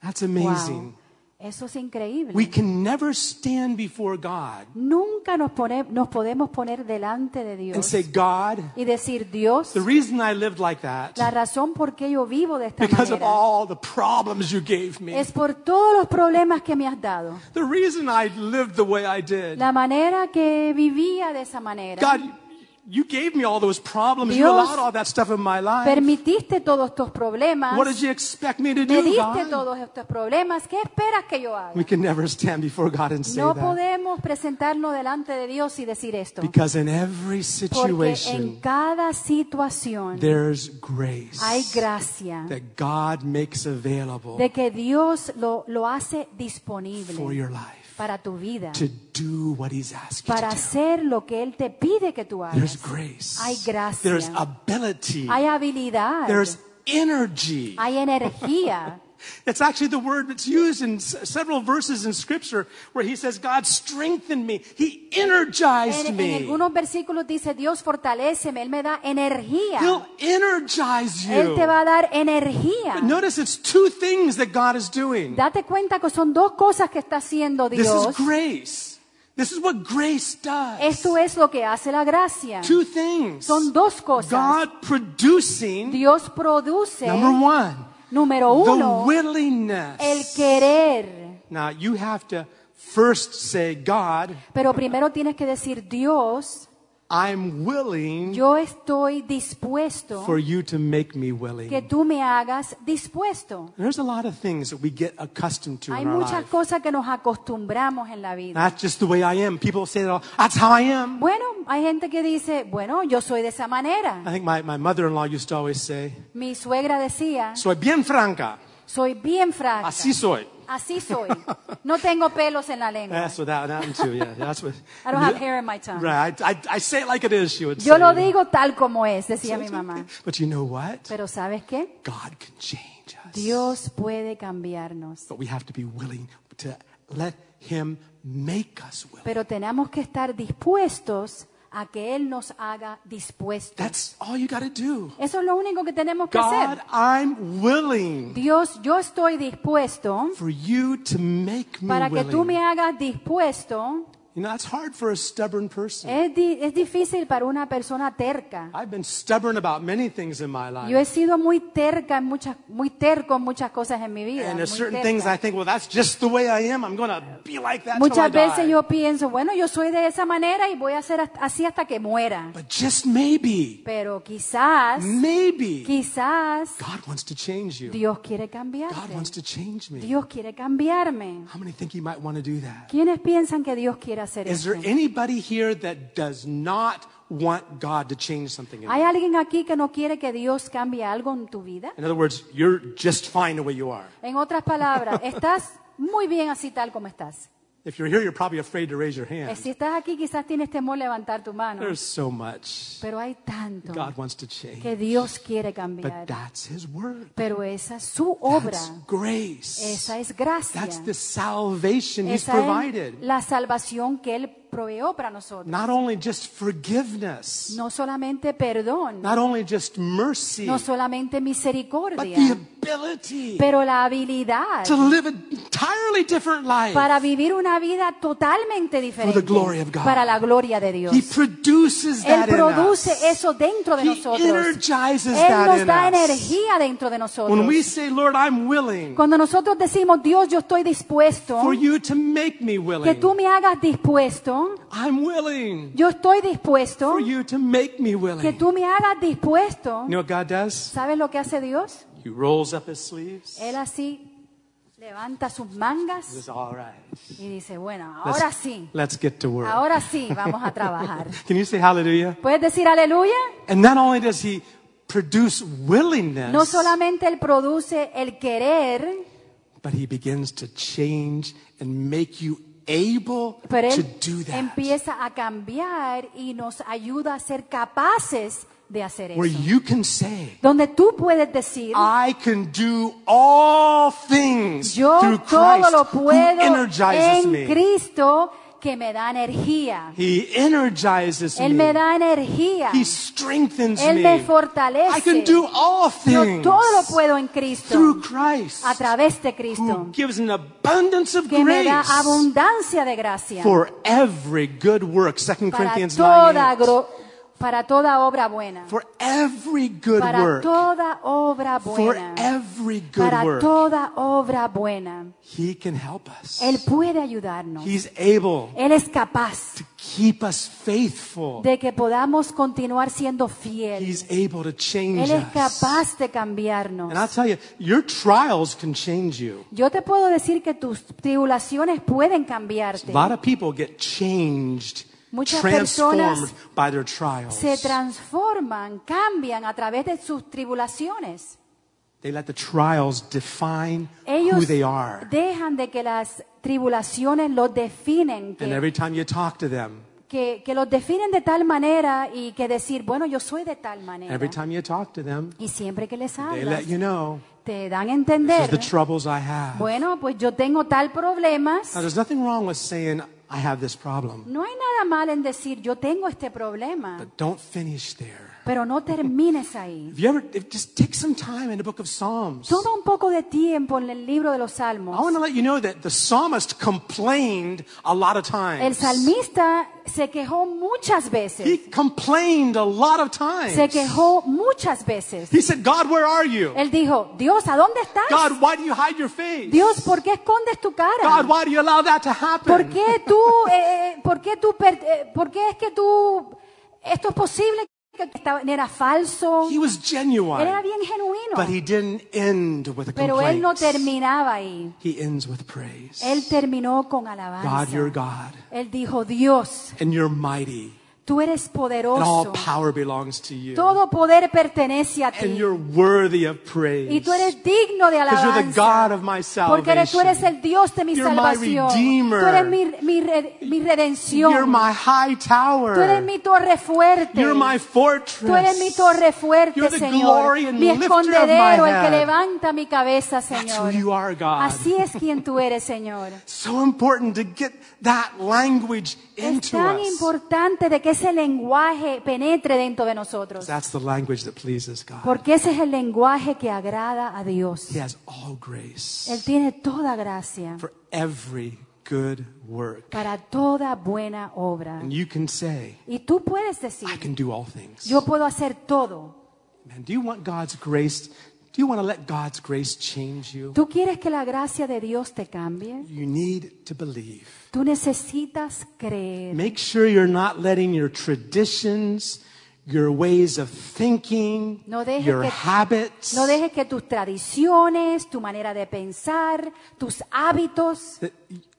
That's Wow. amazing. Eso es We increíble. can never stand before God Nunca nos, pone- nos podemos poner delante de and Dios say, God, y decir, Dios, the reason I lived like that la razón por qué yo vivo de esta because of manera all the problems you gave me. es por todos los problemas que me has dado. The reason I lived the way I did. La manera que vivía de esa manera. God, you gave me all those problems. you Dios allowed all that stuff in my life. Permitiste todos estos problemas. What did you expect me to Me do, diste God? todos estos problemas. ¿Qué esperas que yo haga? We can never stand before God and say No that. podemos presentarnos delante de Dios y decir esto. Because in every Porque en situation, cada situación there's grace hay gracia that God makes available de que Dios lo, lo hace for disponible your life para tu vida, to do what He's asked you para to do. hacer lo que Él te pide que tú hagas. There's grace. Hay gracia. There's ability. Hay habilidad, There's energy. hay energía. It's actually the word that's used in s- several verses in Scripture where he says, God strengthened me. He energized En, en me. algunos versículos dice, Dios fortaléceme, Él me da energía. He'll energize Él te va you. a dar energía. But notice it's two things that God is doing. Date cuenta que son dos cosas que está haciendo This is Dios. grace. This is what grace does. Esto es lo que hace la gracia. Two things. Son dos cosas. God producing, Dios produce, number one, número the uno, el willingness. querer. Now you have to first say, God, Pero primero tienes que decir, Dios, I'm willing yo estoy dispuesto for you to make me willing. que tú me hagas dispuesto. There's a lot of things that we get accustomed to Hay in our muchas life. cosas que nos acostumbramos en la vida. That's just the way I am. People say that, that's how I am. Bueno, hay gente que dice, bueno, yo soy de esa manera. I think my, my mother-in-law used to always say, Mi suegra decía, soy bien franca, soy bien franca. así soy. Así soy. No tengo pelos en la lengua. That's what that, that one too, yeah. That's what, I don't have hair in my tongue. Eh, Right, I, I, I say it like it is, she would say. Yo lo digo tal como es, decía mi mamá. But you know what? Pero ¿sabes qué? God can change us. Dios puede cambiarnos. But we have to be willing to let him make us willing. Pero tenemos que estar dispuestos a que Él nos haga dispuestos. That's all you got to do. Eso es lo único que tenemos que God, hacer. I'm willing Dios, yo estoy dispuesto for you to make me para que willing. tú me hagas dispuesto. You know, that's hard for a stubborn person. Es, di- es difícil para una persona terca. I've been stubborn about many things in my life. Yo he sido muy terca en muchas, muy terco en muchas cosas en mi vida. and muy there's certain terca. things I think, well, that's just the way I am. I'm going to be like that till I Muchas die. veces yo pienso, bueno, yo soy de esa manera y voy a ser hasta- así hasta que muera. But just maybe, Pero quizás, maybe, quizás God wants to change you. Dios quiere God cambiarte. wants to change me. Dios quiere cambiarme. How many think He might want to do that? ¿Quiénes piensan que Dios quiere hacer Is eso? there anybody here that does not want God to change something in ¿Hay you? alguien aquí que no quiere que Dios cambie algo en tu vida? In other words, you're just fine the way you are. En otras palabras, estás muy bien así tal como estás. If you're here, you're probably afraid to raise your Eh, hand. Si estás aquí, quizás tienes temor a levantar tu mano. There's so much Pero hay tanto God wants to change. que Dios quiere But cambiar. that's His work. Pero esa es su That's obra. grace. Esa es gracia. That's the salvation He's Esa es provided. la salvación que Él proveó para nosotros. Not only just forgiveness, No solamente perdón, not only just mercy, no solamente but misericordia, the ability pero la habilidad to live an entirely different life. para vivir una vida totalmente diferente glory of God. para la gloria de Dios. He produces Él that in produce us. eso dentro de He nosotros. energizes Él that nos in da us. energía dentro de nosotros. When we say, Lord, I'm willing Cuando nosotros decimos, Dios, yo estoy dispuesto, for you to make me que tú willing, me hagas dispuesto, I'm willing yo estoy dispuesto, for you to make me que willing. You tú me hagas dispuesto. know what God does? ¿Sabes lo que hace Dios? He rolls up his sleeves. Él así levanta sus He mangas says, All right. y dice, bueno, Let's- ahora sí, Let's get to work. ahora sí vamos a trabajar. Can you say hallelujah? ¿Puedes decir aleluya? And not only does he produce willingness, No solamente Él produce el querer, but he begins to change and make you able pero to Él do that. empieza a cambiar y nos ayuda a ser capaces de hacer Where eso. you can say, Donde tú puedes decir, I can do all things yo through todo Christ lo who puedo energizes en me. Cristo que me da energía. He energizes Él me. me da energía. he strengthens Él me. me fortalece. I can do all Yo things todo lo puedo en Cristo, through Christ a través de who Cristo, gives an abundance of que me da grace abundancia de gracia for every good work. 2 para Corinthians 9. toda, gro- para toda obra buena, For every good para work. toda obra for buena, every good para work. toda obra buena. he can help us. Él puede ayudarnos. He's able Él es capaz to keep us faithful. de que podamos continuar siendo fieles. He's able to change Él es us. capaz de And I'll cambiarnos. tell you, your trials can change you. Yo te puedo decir que tus tribulaciones pueden A cambiarte. lot of people get changed, Muchas transformed personas by their trials. se transforman, cambian a través de sus tribulaciones. They let the trials define who Ellos they are. dejan de que las tribulaciones los definen, And que, every time you talk to them, que, que los definen de tal manera y que decir, bueno, yo soy de tal manera. every time you talk to them, Y siempre que les they hablas, let you know, te dan a this is entender, the troubles I have. bueno, pues yo tengo tal problema. Now, there's nothing wrong with saying, I have this problem. No hay nada mal en decir, yo tengo este problema, But don't finish there. pero no termines ahí. If you ever, if, just take some time in the book of Psalms. Toma un poco de tiempo en el libro de los Salmos. I want to let you know that the psalmist complained a lot of times. El salmista se quejó muchas He veces. complained a lot of times. Se quejó muchas veces. He said, God, where are you? Él dijo, Dios, ¿a dónde estás? God, why do you hide your face? Dios, ¿por qué escondes tu God, cara? why do you allow that to happen? ¿Por qué tú, eh, eh, por qué tú, per- eh, por qué es que tú, esto es posible que tú estaba- era falso? He was genuine. Él era bien But he genuino, didn't end with a pero él no complaint. terminaba ahí. He ends with praise. Él terminó con God, you're alabanza. God, Él dijo, Dios, and you're mighty, tú eres and all poderoso. power belongs to you, Todo poder pertenece a and ti. you're worthy of Y praise. tú eres digno de Because you're the God alabanza. of my Porque eres- tú eres salvation. el Dios de mi You're my salvación. Redeemer. Tú eres mi, mi re- mi You're redención. my high tower. Tú eres mi torre fuerte. You're my fortress. Tú eres mi torre fuerte, You're the Señor. glory and Mi lifter of my escondedero, el que head. levanta mi cabeza, That's Señor. who you are, God. Así es quien tú eres, Señor. So important to get that language Es into tan us. importante de que ese lenguaje penetre dentro de nosotros. That's the language that pleases God. Porque ese es el lenguaje que agrada a Dios. He has all grace Él tiene toda gracia for every good work. para toda buena obra. And you can say, Y tú puedes I decir, can do all things. yo puedo hacer todo. Man, do you want God's grace? Do you want to let God's grace change you? Tú quieres que la gracia de Dios te cambie. You need to believe. Tú necesitas creer. Make sure you're not letting your traditions, your ways of thinking, No dejes your que- habits, No dejes que tus tradiciones, tu manera de pensar, tus hábitos, that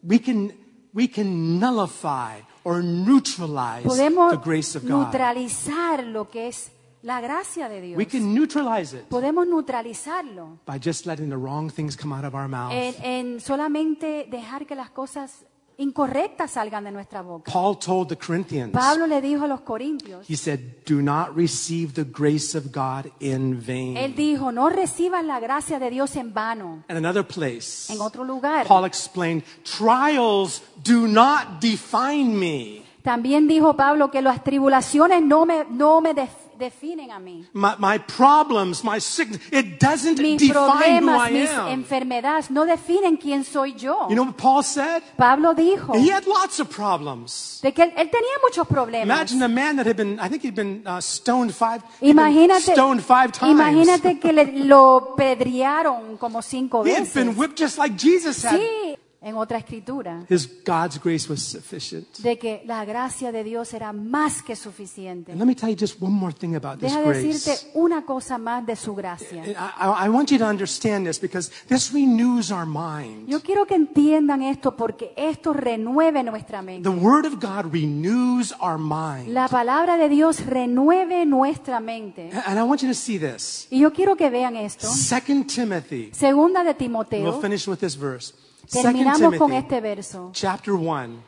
we can we can nullify or neutralize podemos the grace of God. neutralizar lo que es la gracia de We Dios. can neutralize it Podemos neutralizarlo by just letting the wrong things come out of our mouth. en, en solamente dejar que las cosas incorrectas salgan de nuestra boca. Paul told the Corinthians, Pablo le dijo a los corintios, he said, "Do not receive the grace of God in vain." Él dijo, no recibas la gracia de Dios en vano. In another place, En otro lugar, Paul explained, "Trials do not define me." también dijo Pablo que las tribulaciones no me, no me def- definen a mí. My, my problems, my sickness, it doesn't Mis define who I problemas, mis am. enfermedades no definen quién soy yo. You know what Paul said? Pablo dijo He had lots of problems. de que él, él tenía muchos problemas. Imagine a man that had been, I think he'd been uh, stoned five, he'd been Imagínate, stoned five times. imagínate que le- lo pedrearon como cinco He had veces. been whipped just like Jesus had. Sí, en otra escritura, His God's grace was sufficient. de que la gracia de Dios era más que suficiente. And let me tell you just one more thing about this Deja decirte grace. una cosa más de su gracia. And I, I- I want you to understand this because this renews our mind. Yo quiero que entiendan esto porque esto renueve nuestra mente. The Word of God renews our mind. La palabra de Dios renueve nuestra mente. And I want you to see this. Y yo quiero que vean esto. Second Timothy. Segunda de We'll Timoteo. finish with this verse. Second Terminamos con Timothy, este verso. chapter 1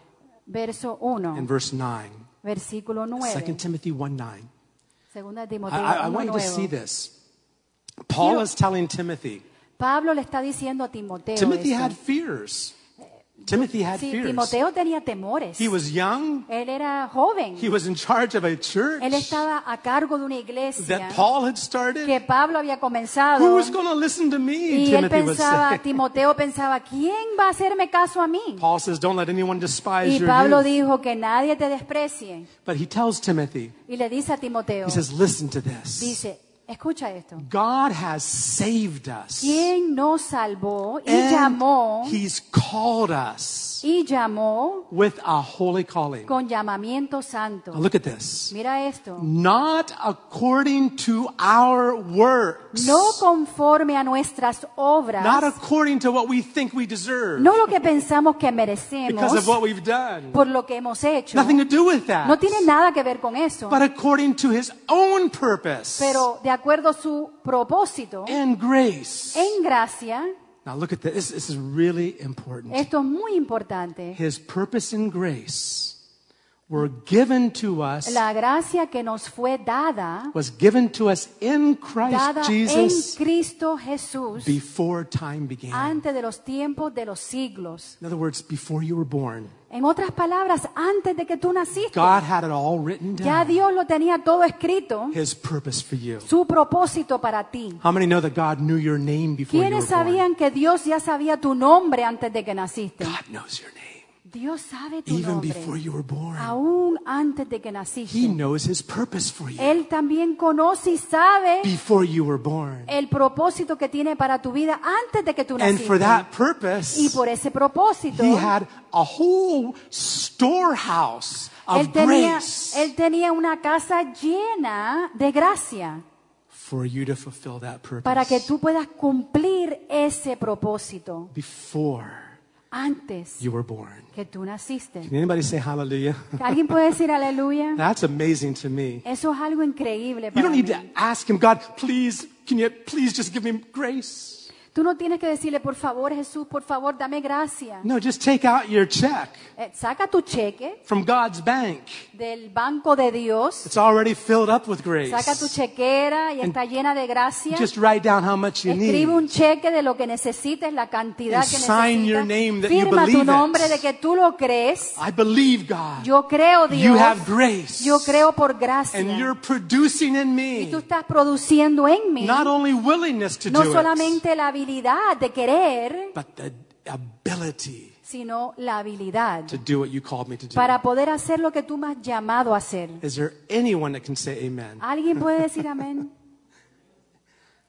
Verso and 1, verse 9. versículo 2 9. Timothy 1 9. Segunda de I, Timoteo. I, I 1, want you to 9. see this. Paul Quiero- is telling Timothy. Pablo le está diciendo a Timoteo. Timothy esto. had fears. Timothy had Sí, fears. Timoteo tenía temores. He was young. Él era joven. He was in charge of a church Él estaba a cargo de una iglesia that Paul had started. que Pablo había comenzado. Who is going to listen to me? Y él Timothy would pensaba, say. Timoteo pensaba, ¿quién va a hacerme caso a mí? Paul says, "Don't let anyone despise Y your Pablo youth." dijo que nadie te desprecie. But he tells Timothy, Y le dice a Timoteo, he says, "Listen to this. dice, escucha esto. God has saved us, ¿Quién nos salvó y llamó and He's called us y llamó with a holy calling." con llamamiento santo? Now look at this. Mira esto. Not according to our works. No conforme a nuestras Not obras, according to what we think we deserve no lo que pensamos que because of merecemos what we've done. por lo que hemos hecho. Nothing to do with that. No tiene nada que ver con eso, But according to his own purpose pero de acuerdo a su propósito, and grace. en gracia, Now look at this. This, this is really important. esto es muy importante. His purpose and grace were given to us, La gracia que nos fue dada, was given to us in dada Christ en Jesus Cristo Jesús, before time began. antes de los tiempos de los siglos. In other words, before you were born. En otras palabras, antes de que tú naciste, God had it all written ya down. Dios lo tenía todo escrito, His purpose for you. su propósito para ti. How many know that God knew your name before you were ¿Quiénes born? sabían que Dios ya sabía tu nombre antes de que naciste? God knows your name Dios sabe tu even nombre before you were born. aún antes de que He naciste. knows his purpose for you Él también conoce y sabe before you were born. el propósito que tiene para tu vida antes de que tú And naciste. for that Y purpose, por ese propósito, he had a whole storehouse él of tenía, grace él tenía una casa llena de gracia for you to fulfill that para que purpose tú puedas cumplir ese propósito before antes you were born. que tú naciste. Can anybody say hallelujah? ¿Alguien puede decir aleluya? That's amazing to me. Eso es algo increíble You para don't need mí. to ask him, God, please, can you please just give me grace? Tú no tienes que decirle, por favor, Jesús, por favor, dame gracia. No, just take out your check Eh, Saca tu cheque from God's bank. del banco de Dios. It's already filled up with grace. Saca tu chequera y está llena de gracia. Just write down how much you need. Escribe un cheque de lo que necesites, la cantidad And que sign your name necesitas. that you Firma believe tu it. nombre de que tú lo crees. I believe God. Yo creo You Dios. have grace. Yo creo por gracia. And you're producing in Y tú me estás produciendo en mí not only willingness to no do it, solamente la habilidad de querer, but the ability sino la habilidad to do what you called me to do. para poder hacer lo que tú me has llamado a hacer. Is there anyone that can say amen? ¿Alguien puede decir amén?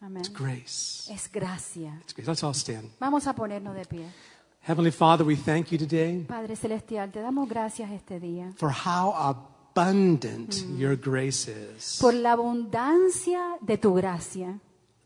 Amén. It's grace. Es gracia. It's grace. Let's all stand. Vamos a ponernos de pie. Heavenly Father, we thank you today Padre Celestial, te damos gracias este día for how abundant Mm. your grace is. por la abundancia de tu gracia,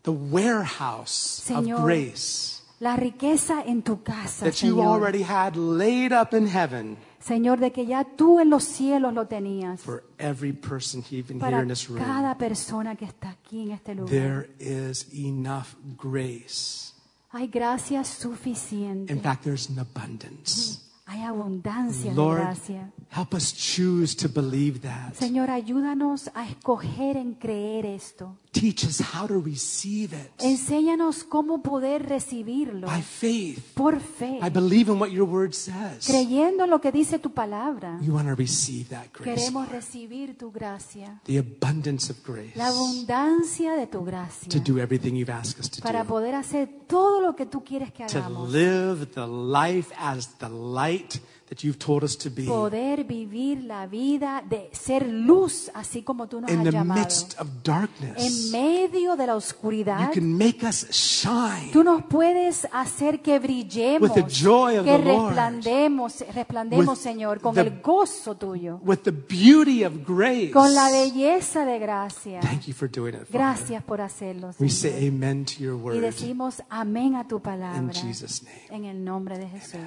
The warehouse Señor, of grace la riqueza en tu casa, that you Señor. already had laid up in heaven Señor, de que ya tú en los cielos lo tenías for every person even here para in this room. cada persona que está aquí en este lugar. There is enough grace. Hay gracia In suficiente, fact, there's an abundance. hay abundancia de Lord, gracia. help us choose to believe that. Señor, ayúdanos a escoger en creer esto. Teach us how to receive it Enséñanos cómo poder recibirlo by faith. por fe, I believe in what your word says. creyendo en lo que dice tu palabra. We want to receive that grace, Queremos Lord. recibir tu gracia, the abundance of grace la abundancia de tu gracia, to do everything you've asked us to para do. poder hacer todo lo que tú quieres que To hagamos, live the life as the light that you've told us to be poder vivir la vida de ser luz, así como tú nos in has the llamado, midst of en darkness. medio de la You oscuridad. can make us shine. Tú nos puedes hacer que brillemos, With the joy of que the Lord. resplandemos, resplandemos, With Señor, con the- el gozo tuyo, with the beauty of grace. con la belleza de gracia. Thank you for doing it. Father. Gracias por hacerlo, We Señor. say amen to your Y word. decimos amén a tu palabra. In Jesus' name. En el nombre de Jesús.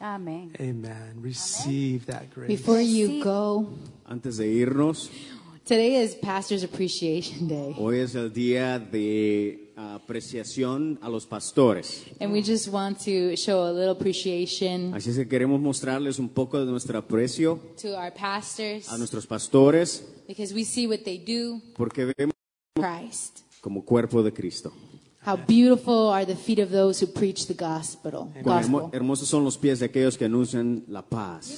Amén. Amen. Receive that grace. Before you go, Antes de irnos, today is Pastor's Appreciation Day. hoy es el día de apreciación a los pastores. And we just want to show a little appreciation Así es que queremos mostrarles un poco de nuestro aprecio to our pastors a nuestros pastores, because we see what they do porque vemos for Christ. como cuerpo de Cristo. How beautiful are the feet of those who preach the gospel. Cuán hermo- gospel. hermosos son los pies de aquellos que anuncian la paz.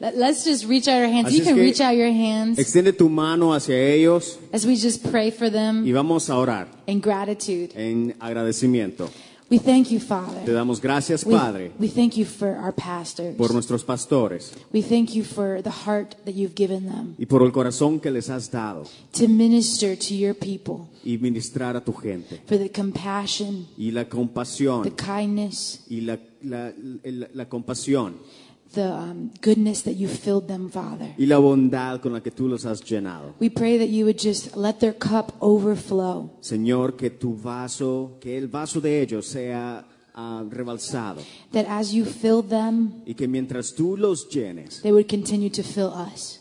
Let- Let's just reach out our hands. Así You es can que- reach out your hands Extiende tu mano hacia ellos as we just pray for y them vamos a orar in gratitude. en agradecimiento. We thank you, Te Father. damos gracias, We, Padre, we thank you for our pastors. por nuestros pastores We thank you for the heart that you've given them y por el corazón que les has dado to minister to your people, y ministrar a tu gente. for the compassion, Y la the compasión kindness, y la, la- la- la compasión the um, goodness that you filled them, Father. y la bondad con la que tú los has llenado. We pray that you would just let their cup overflow. Señor, que tu vaso, que el vaso de ellos sea ah, rebalsado That as you fill them, y que mientras tú los llenes, they would continue to fill us.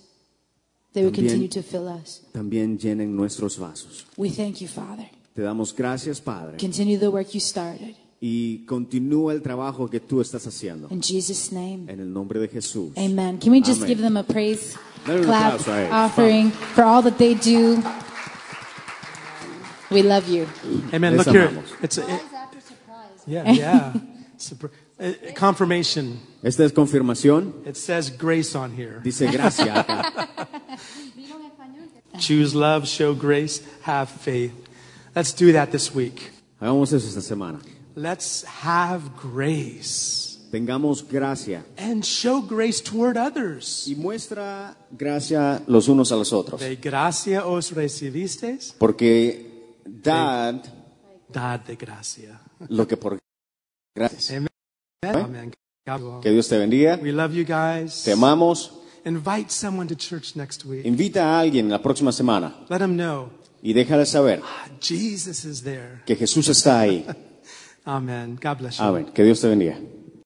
They would También- continue to fill us. también llenen nuestros vasos. We thank you, Father. Te damos gracias, Padre, Continue the work you started. y continúa el trabajo que tú estás haciendo. In Jesus' name, En el nombre de Jesús. amen. Can we just Amén. give them a praise, Dale un clap, aplauso a ellos. offering for all that they do? We love you. Amen. Les Look here. amamos. It's a, it- yeah, yeah. Supr- uh, uh, confirmation. Esta es confirmación. It says grace on here. Dice gracia acá. Choose love, show grace, have faith. Let's do that this week. Hagamos eso esta semana. Let's have grace Tengamos gracia and show grace toward others. y muestra gracia los unos a los otros. De gracia os recibisteis, Porque dad dad de gracia. lo que por gracias. Amen. God bless you all. Que Dios te bendiga. We love you guys. Te amamos. Invite someone to church next week. Invita a alguien la próxima semana Let them know y déjale saber ah, Jesus is there. que Jesús está ahí. Amen. God bless you. Amén. Que Dios te bendiga.